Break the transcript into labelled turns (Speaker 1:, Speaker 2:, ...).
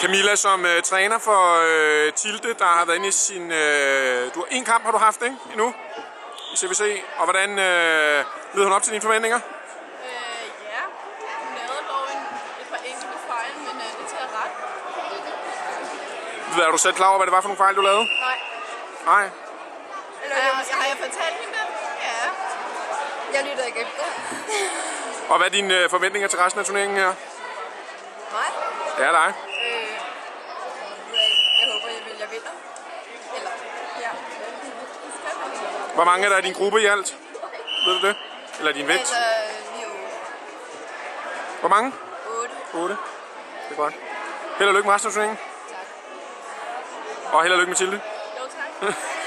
Speaker 1: Camilla, som øh, træner for øh, Tilde, der har været inde i sin... Øh, du har en kamp, har du haft, ikke? Endnu? I CVC. Og hvordan øh, lyder hun op til dine forventninger?
Speaker 2: Øh, ja, hun lavede dog en, et par enkelte fejl, men øh, det tager ret.
Speaker 1: Er du selv klar over, hvad det var for nogle fejl, du lavede?
Speaker 2: Nej.
Speaker 1: Nej.
Speaker 2: Eller, har, Øh, jeg, har jeg fortalt hende det? Ja.
Speaker 3: Jeg lytter ikke efter.
Speaker 1: Og hvad er dine øh, forventninger til resten af turneringen her?
Speaker 3: Mig?
Speaker 1: Ja, dig.
Speaker 3: Øh, jeg håber, jeg, jeg vinder. Eller, ja.
Speaker 1: Hvor mange er der i din gruppe i alt? Ved du det? Eller din vægt?
Speaker 3: Altså, vi er jo
Speaker 1: Hvor mange?
Speaker 3: 8.
Speaker 1: 8. Det er godt. Held og lykke med resten af turneringen.
Speaker 3: Tak.
Speaker 1: Og held og lykke med Tilde.
Speaker 2: Jo, tak.